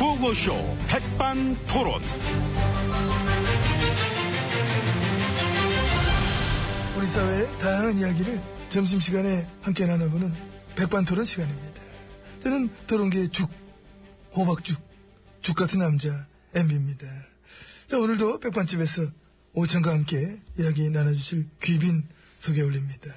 라디오쇼 백반 토론. 우리 사회의 다양한 이야기를 점심시간에 함께 나눠보는 백반토론 시간입니다. 저는 토론계의 죽, 호박죽, 죽 같은 남자 엠비입니다. 자 오늘도 백반집에서 오찬과 함께 이야기 나눠주실 귀빈 소개 올립니다.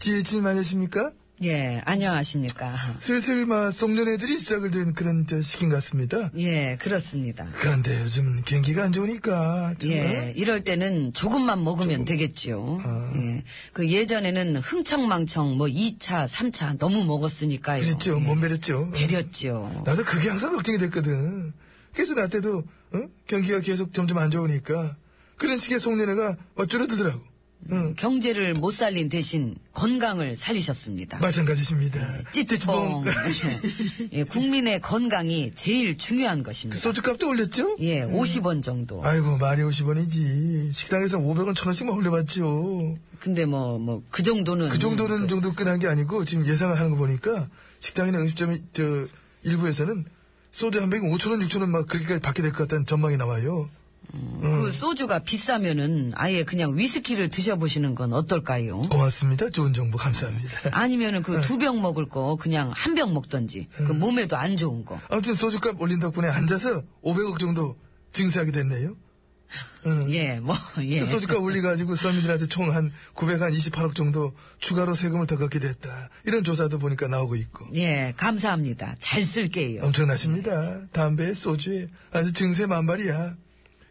지혜진님 안녕하십니까? 예, 안녕하십니까. 슬슬 막 송년회들이 시작을 된 그런 저 시기인 것 같습니다. 예, 그렇습니다. 그런데 요즘 경기가 안 좋으니까 참, 예, 이럴 때는 조금만 먹으면 되겠지요. 아. 예. 그 예전에는 흥청망청 뭐 2차, 3차 너무 먹었으니까요. 그랬죠. 예, 몸 배렸죠. 배렸죠. 나도 그게 항상 걱정이 됐거든. 그래서 나 때도 어? 경기가 계속 점점 안 좋으니까 그런 식의 송년회가 막 줄어들더라고. 응. 경제를 못 살린 대신 건강을 살리셨습니다. 마찬가지십니다. 찌찌뽕. 예, 국민의 건강이 제일 중요한 것입니다. 소주값도 올렸죠? 예, 50원 정도. 아이고 말이 50원이지. 식당에서 500원, 1000원씩만 올려봤죠. 근데 뭐, 뭐, 그 정도는. 그 정도는 정도 끝난 게 아니고 지금 예상을 하는 거 보니까 식당이나 음식점이 저 일부에서는 소주 한 병에 5천원, 6천원 막 그렇게까지 받게 될 것 같다는 전망이 나와요. 그 소주가 비싸면은 아예 그냥 위스키를 드셔보시는 건 어떨까요? 고맙습니다. 좋은 정보 감사합니다. 아니면은 그 두 병 먹을 거 그냥 한 병 먹던지 그 몸에도 안 좋은 거. 아무튼 소주값 올린 덕분에 앉아서 500억 정도 증세하게 됐네요. 응. 예, 뭐 예. 그 소주값 올리가지고 서민들한테 총 한 928억 정도 추가로 세금을 더 걷게 됐다. 이런 조사도 보니까 나오고 있고. 예, 감사합니다. 잘 쓸게요. 엄청나십니다. 담배에 소주에 아주 증세 만발이야.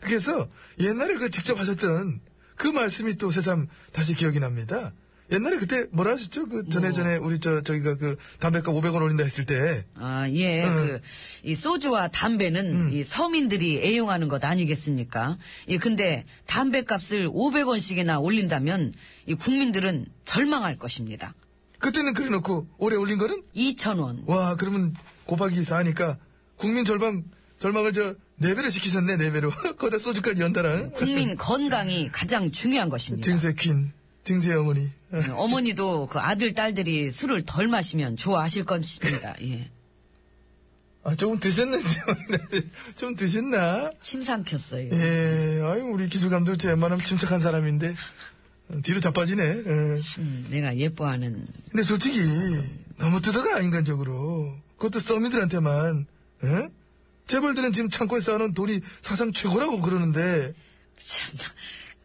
그래서 옛날에 그 직접 하셨던 그 말씀이 또 새삼 다시 기억이 납니다. 옛날에 그때 뭐라 하셨죠? 그 전에 전에 우리 저 저기가 그 담배값 500원 올린다 했을 때 아, 예, 음. 그, 이 소주와 담배는 이 서민들이 애용하는 것 아니겠습니까? 예, 근데 담배 값을 500원씩이나 올린다면 이 국민들은 절망할 것입니다. 그때는 그래 놓고 올해 올린 거는 2,000원. 와, 그러면 곱하기 4니까 국민 절망, 절망을 저, 4배로 시키셨네, 4배로. 거기다 소주까지 연달아. 국민 건강이 가장 중요한 것입니다. 등세 퀸, 등세 어머니. 아, 예, 어머니도 그 아들, 딸들이 술을 덜 마시면 좋아하실 것입니다. 예. 아, 조금 드셨는데, 좀 드셨나? 침 삼켰어요. 예, 아유, 우리 기술감독 제 웬만하면 침착한 사람인데, 어, 뒤로 자빠지네. 예. 음, 내가 예뻐하는 근데 솔직히, 너무 뜯어가, 인간적으로. 그것도 썸이들한테만, 예? 재벌들은 지금 창고에 쌓아놓은 돈이 사상 최고라고 그러는데, 참,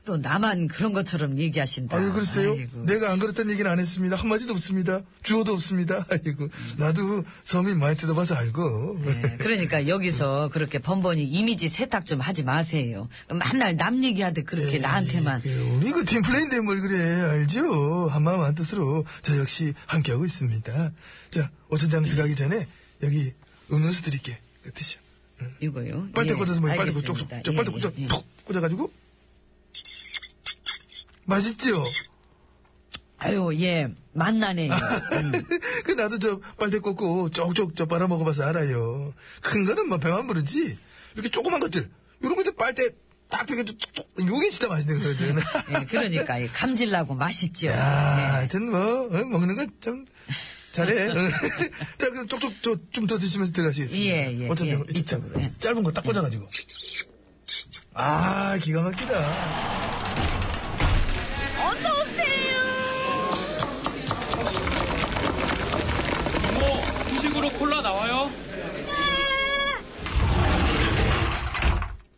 또 나만 그런 것처럼 얘기하신다. 아유, 글쎄요. 네. 아이고. 내가 안 그랬다는 얘기는 안 했습니다. 한마디도 없습니다. 주어도 없습니다. 아이고. 나도 서민 많이 뜯어봐서 알고. 네, 그러니까 여기서 그렇게 번번이 이미지 세탁 좀 하지 마세요. 맨날 남 얘기하듯 그렇게 나한테만. 그, 우리 그 팀플레이인데 뭘 그래. 알죠? 한마음 한뜻으로 저 역시 함께하고 있습니다. 자, 오천장 네. 들어가기 전에 여기 음료수 드릴게. 드셔. 이거요. 빨대 예, 꽂아서 뭐 빨대 꽂아. 쪽쪽. 알겠습니다. 저 예, 빨대 예, 꽂아. 예. 톡! 꽂아가지고. 맛있죠? 아유, 예. 만나네요. 음. 그 나도 저 빨대 꽂고 쪽쪽 저 빨아 먹어봐서 알아요. 큰 거는 뭐 배만 부르지. 이렇게 조그만 것들 이런 거 이제 빨대 딱 되게 쪽쪽 요게 진짜 맛있는 거거든. 예, 그러니까 예, 감질나고 맛있죠. 아, 예. 하여튼 뭐 어, 먹는 건 좀 잘해. 어. 자 그럼 쪽쪽 좀 더 드시면서 들어가시겠습니다. 예, 예, 어쩐지 예, 이쪽, 이쪽으로, 예. 짧은 거 딱 꽂아가지고. 아 기가 막히다. 뭐 후식으로 콜라 나와요?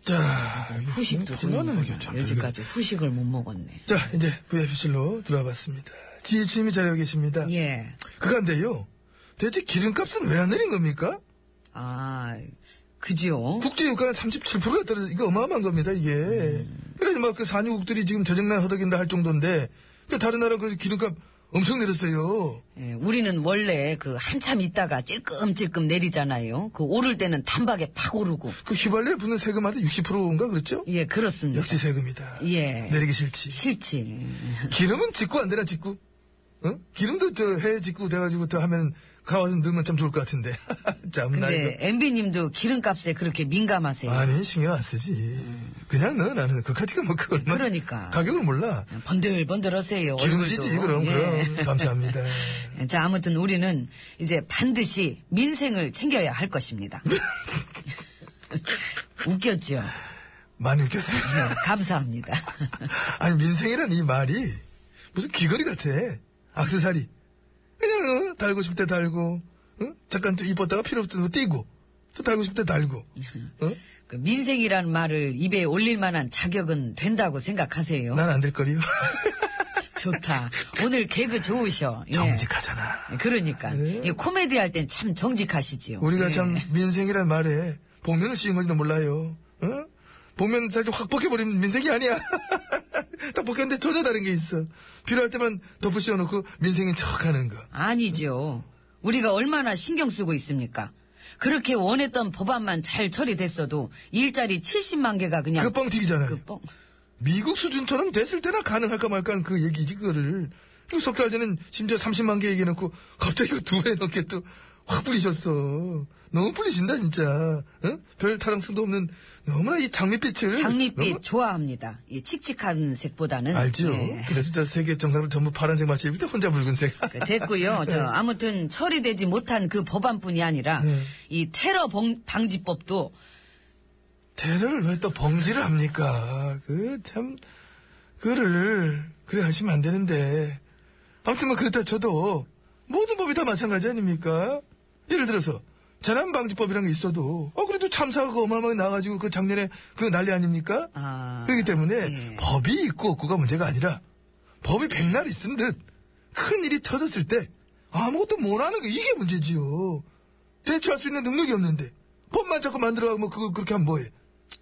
자 후식도 좀. 콜라는 먹어라. 괜찮다. 여지까지 후식을 못 먹었네. 자 이제 VIP실로 들어와봤습니다. 지혜님이 잘하고 계십니다. 예. 그간데요. 대체 기름값은 왜 안 내린 겁니까? 아, 그지요. 국제 유가는 37%가 떨어져 이거 어마어마한 겁니다 이게. 그래서 막그 산유국들이 지금 재정난 허덕인다 할 정도인데 그 다른 나라 그 기름값 엄청 내렸어요. 예, 우리는 원래 그 한참 있다가 찔끔찔끔 내리잖아요. 그 오를 때는 단박에 팍 오르고. 그 휘발유에 붙는 세금한테 60%인가 그랬죠? 예, 그렇습니다. 역시 세금이다. 예. 내리기 싫지. 싫지. 기름은 직구 안 되나 직구? 어? 기름도 저해 직구 돼가지고 더 하면 가와서 넣으면 참 좋을 것 같은데. 참나 이거. 근데 MB님도 기름값에 그렇게 민감하세요. 아니 신경 안 쓰지. 그냥 넣어 나는 그까지가 뭐 그. 얼마- 그러니까. 가격을 몰라. 번들번들하세요. 기름지지 얼굴도. 그럼 예. 그럼 감사합니다. 예, 자, 네. 아무튼 우리는 이제 반드시 민생을 챙겨야 할 것입니다. 웃겼죠? 네, 많이 웃겼습니다. 감사합니다. 아니 민생이란 이 말이 무슨 귀걸이 같아. 악세사리. 그냥 어, 달고 싶을 때 달고 응? 잠깐 또 이뻤다가 필요 없을 때 떼고 또 달고 싶을 때 달고 어? 그 민생이라는 말을 입에 올릴 만한 자격은 된다고 생각하세요? 난안 될 거리요. 네. 좋다. 오늘 개그 좋으셔. 예. 정직하잖아. 그러니까. 이 코미디 할 땐 참 정직하시지요. 네. 우리가 예. 참 민생이란 말에 복면을 씌운 건지도 몰라요. 어? 복면 살짝 확 벗겨버리면 민생이 아니야. 딱 벗겼는데 전혀 다른 게 있어. 필요할 때만 덮어 씌워놓고 민생인 척하는 거. 아니죠. 우리가 얼마나 신경 쓰고 있습니까? 그렇게 원했던 법안만 잘 처리됐어도 일자리 70만 개가 그냥 그 뻥 튀기잖아요. 그 뻥- 미국 수준처럼 됐을 때나 가능할까 말까 하는 그 얘기지, 그거를. 석달 전엔 심지어 30만 개 얘기해놓고 갑자기 두 배 넘게 또 확 불리셨어. 너무 불리신다, 진짜. 어? 별 타당성도 없는 너무나 이 장밋빛을. 장밋빛 너무- 좋아합니다. 이 칙칙한 색보다는 알죠? 예. 그래서 저 세계 정상을 전부 파란색 마치 입을 때 혼자 붉은색. 그 됐고요. 저 아무튼 처리되지 못한 그 법안뿐이 아니라 네. 이 테러 봉- 방지법도 테러를 왜 또 범죄를 합니까? 그, 참, 그거를, 그래 하시면 안 되는데. 아무튼 뭐 그렇다 쳐도, 모든 법이 다 마찬가지 아닙니까? 예를 들어서, 재난방지법이라는 게 있어도, 어, 그래도 참사가 어마어마하게 나가지고 그 작년에 그 난리 아닙니까? 아, 그렇기 때문에 예. 법이 있고 없고가 문제가 아니라, 법이 백날 있은 듯, 큰 일이 터졌을 때, 아무것도 못하는 게 이게 문제지요. 대처할 수 있는 능력이 없는데 법만 자꾸 만들어가고 뭐 그거 그렇게 하면 뭐해?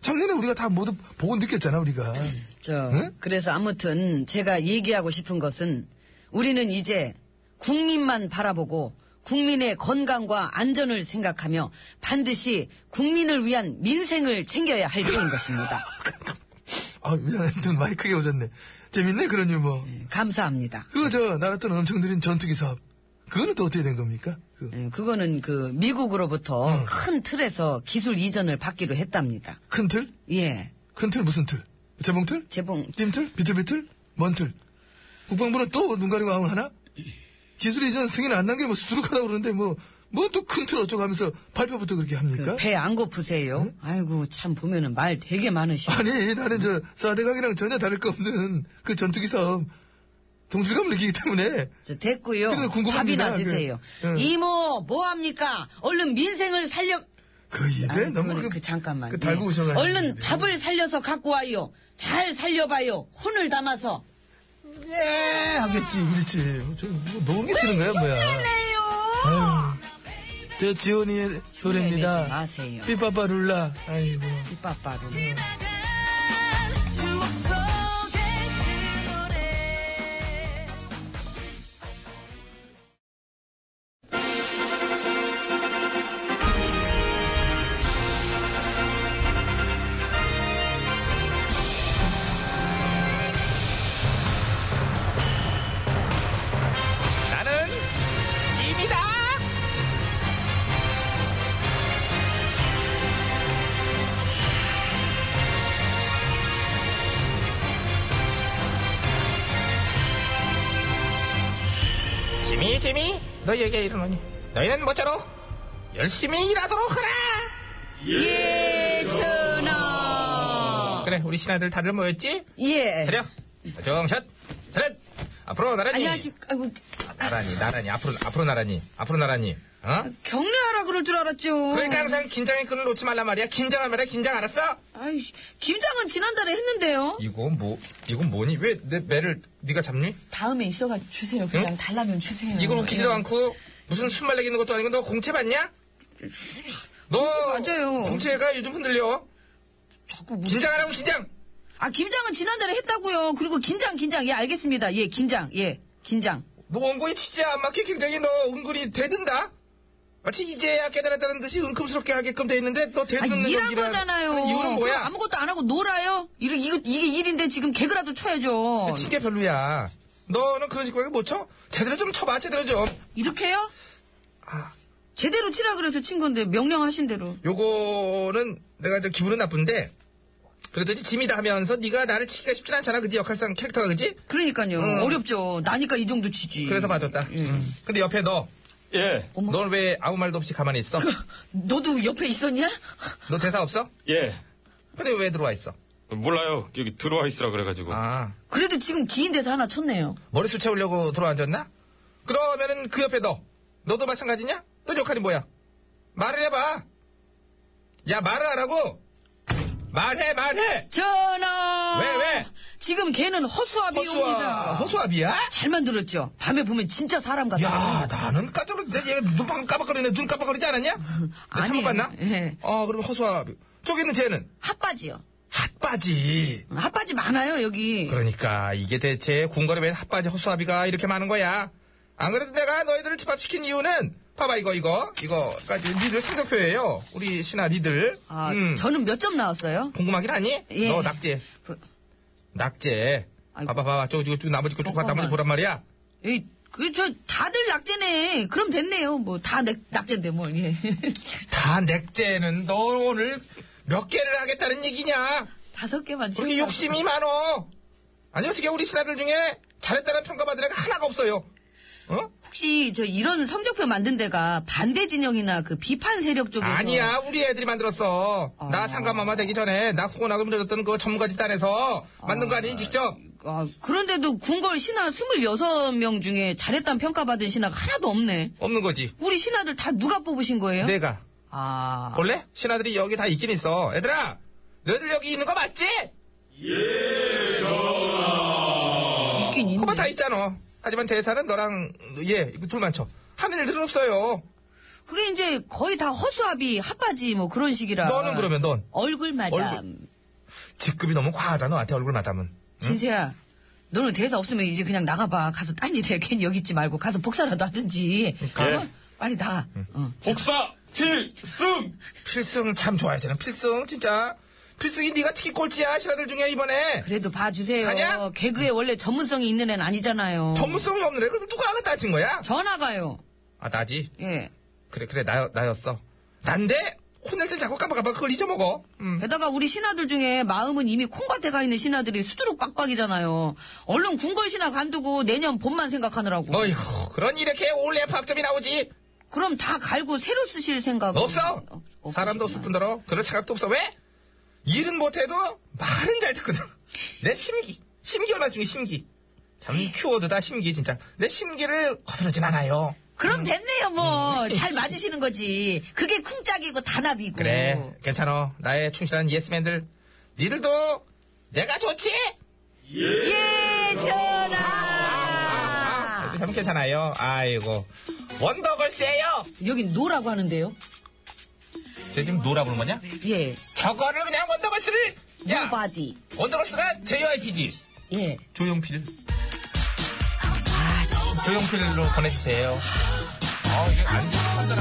작년에 우리가 다 모두 보고 느꼈잖아 우리가. 저 응? 그래서 아무튼 제가 얘기하고 싶은 것은 우리는 이제 국민만 바라보고 국민의 건강과 안전을 생각하며 반드시 국민을 위한 민생을 챙겨야 할 때인 것입니다. 아 미안해 눈 많이 크게 오셨네. 재밌네 그런 유머. 감사합니다. 그거 저 날았던 엄청 느린 전투기 사업 그거는 또 어떻게 된 겁니까? 그 예, 그거는 그 미국으로부터 큰 틀에서 기술 이전을 받기로 했답니다. 큰 틀? 예. 큰 틀 무슨 틀? 재봉 틀? 재봉 띵틀? 비틀비틀? 먼 틀? 국방부는 또 눈 가리고 아웅 하나? 기술 이전 승인 안 난 게 뭐 수두룩하다고 그러는데 뭐 뭐 또 큰 틀 어쩌고 하면서 발표부터 그렇게 합니까? 네? 배 안 고프세요? 아이고 참 보면은 말 되게 많으시고 아니 나는 저 사대강이랑 전혀 다를 거 없는 그 전투기 싸움 동질감 느끼기 때문에 저 됐고요. 그러니까 그래도 궁금합니다. 밥이나 드세요. 그, 예. 이모 뭐 합니까? 얼른 민생을 살려. 그 아, 입에 너무 그거를 그, 그 잠깐만. 그 예. 달고 오셔가지고 네. 얼른 입에. 밥을 살려서 갖고 와요. 잘 살려봐요. 혼을 담아서. 예 하겠지 그렇지 저 뭐, 녹음기 트는 거야 뭐야 아유, 저 지온이의 네, 흉내내지 소리입니다 마세요. 삐빠빠룰라 아이고 삐빠빠로. 나는 짐이다. 짐이 짐이 너희에게 이르노니 너희는 모쪼록 열심히 일하도록 하라. 예, 전하. 그래 우리 신하들 다들 모였지? 예. 차려 정샷 차렷 앞으로 나란히 안녕하십니까. 아이고, 나란히 나란히 앞으로 앞으로 나란히 앞으로 나란히 어? 경례하라 그럴 줄 알았죠. 그러니까 항상 긴장의 끈을 놓지 말란 말이야. 긴장한 말이야. 긴장 알았어? 아이, 김장은 지난달에 했는데요. 이건 뭐 이건 뭐니? 왜 내 매를 네가 잡니? 다음에 있어가 주세요. 그냥 응? 달라면 주세요. 이건 웃기지도 예. 않고 무슨 순말 내기는 것도 아니고 너 공채 봤냐? 너 공채 맞아요. 공채가 요즘 흔들려. 자꾸 무슨- 긴장하라고 긴장. 아 김장은 지난달에 했다고요. 그리고 긴장 긴장 예 알겠습니다. 예 긴장 예 긴장. 너 원고의 취지에 안 맞게 굉장히 너 은근히 대든다. 마치 이제야 깨달았다는 듯이 은큼스럽게 하게끔 돼 있는데 너 아 대드는 일한 연기라- 거잖아요. 아니, 이유는 그럼 뭐야? 아무것도 안 하고 놀아요? 이거 이거 이게 일인데 지금 개그라도 쳐야죠. 친게 별로야. 너는 그런 식으로 못 쳐? 제대로 좀 쳐봐 제대로 좀. 이렇게요? 아. 제대로 치라 그래서 친 건데 명령하신 대로. 요거는 내가 이제 기분은 나쁜데 그러더니 짐이다 하면서 네가 나를 치기가 쉽진 않잖아 그지 역할상 캐릭터가 그지 그러니까요. 음. 어렵죠. 나니까 이 정도 치지. 그래서 봐줬다 음. 근데 옆에 너 예, 어머. 넌 왜 아무 말도 없이 가만히 있어 너도 옆에 있었냐? 너 대사 없어 예. 근데 왜 들어와 있어? 몰라요. 여기 들어와 있으라 그래가지고. 아, 그래도 지금 긴 데서 하나 쳤네요. 머리수 채우려고 들어와 앉았나? 그러면은 그 옆에 너. 너도 마찬가지냐? 너 역할이 뭐야? 말을 해봐. 야, 말을 하라고! 말해, 말해! 전하! 왜, 왜? 지금 걔는 허수아, 허수아비용이다. 허수아비야? 잘 만들었죠? 밤에 보면 진짜 사람 같아. 야, 나는 깜짝 놀랐는데 얘눈 방금 깜빡거리네. 눈 깜빡거리지 않았냐? 내가 아니에요. 잘못 봤나? 예. 어, 그럼 허수아비. 저기 있는 쟤는? 핫바지요. 핫바지. 핫바지 많아요, 여기. 그러니까 이게 대체 궁궐에 웬 핫바지 허수아비가 이렇게 많은 거야? 안 그래도 내가 너희들을 집합시킨 이유는 봐봐 이거 이거 이거까지 니들 성적표예요. 우리 신하 니들. 아, 음, 저는 몇 점 나왔어요? 궁금하긴 하니? 예. 너 낙제 그, 낙제. 아이고. 어, 봐봐 봐봐 저거 저거 쭉 나머지 거쭉 잠깐만. 나머지 보란 말이야. 에이, 그, 저, 다들 낙제네. 그럼 됐네요. 뭐, 다 낙, 낙제인데, 뭘, 예. 다 넥제는 너 오늘 몇 개를 하겠다는 얘기냐? 다섯 개만 그렇게 지금 욕심이 많어. 아니 어떻게 우리 신하들 중에 잘했다는 평가받은 애가 하나가 없어요. 어? 혹시 저 이런 성적표 만든 데가 반대 진영이나 그 비판 세력 쪽에서 아니야 우리 애들이 만들었어. 나 상감마마 되기 전에 나 후원하고 밀어줬던 그 전문가 집단에서 만든 거 아니니 직접? 아, 그런데도 궁궐 신하 26명 중에 잘했다는 평가받은 신하가 하나도 없네. 없는 거지. 우리 신하들 다 누가 뽑으신 거예요? 내가 아. 원래 신하들이 여기 다 있긴 있어. 얘들아 너희들 여기 있는 거 맞지? 있긴 있네. 어, 그거 다 있잖아. 하지만 대사는 너랑 얘 이거 둘만 쳐. 하는 일들은 없어요. 그게 이제 거의 다 허수아비, 핫바지 뭐 그런 식이라. 너는 그러면 넌 얼굴 마담. 얼굴. 직급이 너무 과하다 너한테 얼굴 맞다면. 진세야. 너는 대사 없으면 이제 그냥 나가봐. 가서 딴일 해. 괜히 여기 있지 말고. 가서 복사라도 하든지. 그러니까. 예. 어? 빨리 나가. 어. 복사 필승. 필승 참 좋아해 쟤는 필승 진짜 필승이 네가 특히 꼴찌야 신하들 중에 이번에 그래도 봐주세요. 가냐? 개그에 원래 전문성이 있는 애는 아니잖아요. 전문성이 없는 애 그럼 누가 하나 따진 거야 전화가요. 아 나지 예. 그래 그래 나, 나였어 난데 혼낼 땐 자꾸 깜빡깜빡 그걸 잊어먹어 음. 게다가 우리 신하들 중에 마음은 이미 콩밭에 가 있는 신하들이 수두룩 빡빡이잖아요. 얼른 궁궐 신하 간두고 내년 봄만 생각하느라고. 어이구 그런 이렇게 올해 파학점이 나오지 그럼 다 갈고 새로 쓰실 생각은 없어 없- 없으시구나. 사람도 없을 뿐더러 그럴 생각도 없어 왜 일은 못해도 말은 잘 듣거든 내 심기 심기 얼마 중에 심기 참 키워드다 심기 진짜 내 심기를 거스르진 않아요 그럼 됐네요, 뭐. 음. 잘 맞으시는 거지. 그게 쿵짝이고 단합이고. 그래 음. 괜찮아 나의 충실한 예스맨들 니들도 내가 좋지? 예, 전하. 참 괜찮아요 아이고 원더걸스예요 여긴 노라고 하는데요. 쟤 지금 노라 부른 거냐? 예. 저거를 그냥 원더걸스를 야 노바디. 원더걸스가 JYPG 예. 조용필 조용필로 보내주세요 아 이게 안 좋은